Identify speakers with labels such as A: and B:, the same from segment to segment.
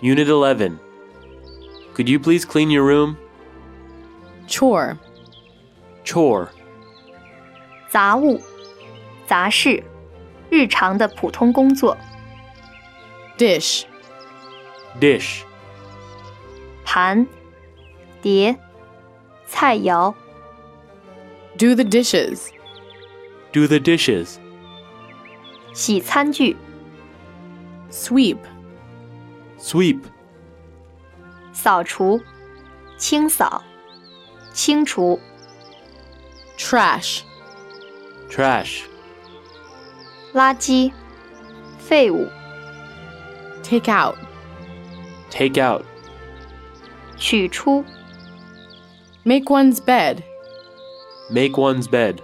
A: Unit 11. Could you please clean your room?
B: chore,
A: Chore.
C: 杂物、杂事、日常的普通工作、
B: dish,
A: Dish.
C: 盘、碟、菜肴、
B: do the dishes,
A: Do the dishes.
C: 洗餐具、
B: sweep,
A: Sweep.
C: 扫除、清扫、清除、
B: trash,
A: Trash.
C: 垃圾、废物、
B: take out,
A: Take out.
C: 取出、
B: make one's bed,
A: Make one's bed.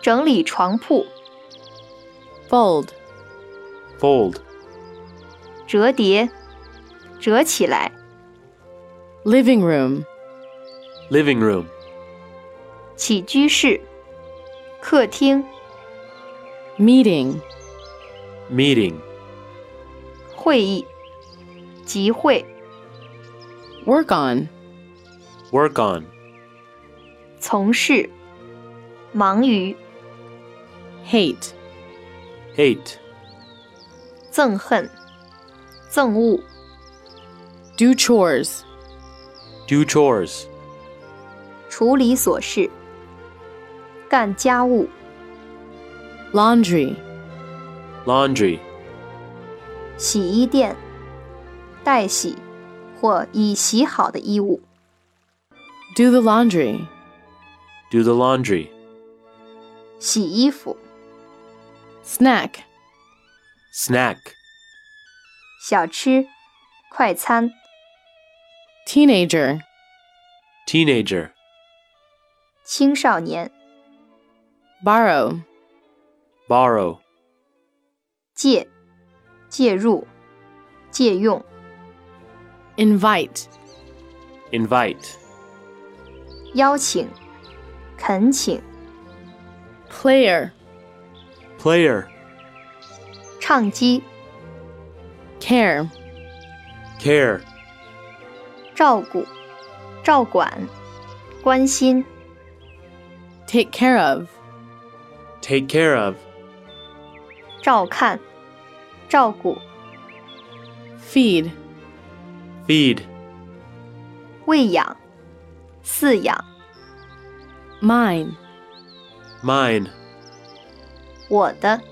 C: 整理床铺、
B: fold,
A: Fold.
C: 折叠、折起来、
B: living room,
A: Living room.
C: 起居室、客厅、
B: meeting,
A: Meeting.
C: 会议、集会、
B: work on,
A: Work on.
C: 从事、忙于、
B: hate,
A: Hate.
C: 憎恨、憎恶、
B: do chores,
A: Do chores.
C: 处理琐事、干家务、
B: laundry,
A: Laundry.
C: 洗衣店、代洗或已洗好的衣物、
B: do the laundry,
A: Do the laundry.
C: 洗衣服、
B: snack,
A: Snack.
C: 小吃、快餐、
B: teenager,
A: Teenager.
C: 青少年、
B: borrow,
A: Borrow.
C: 借、介入、借用、
B: invite,
A: Invite.
C: 邀请、恳请、
B: player,
A: Player.
C: 唱机、
B: care,
A: Care.
C: 照顾、照管、关心、
B: take care of,
A: Take care of.
C: 照看、照顾、
B: feed,
A: Feed.
C: 喂养、饲养。
B: mine,
A: Mine.
C: 我的、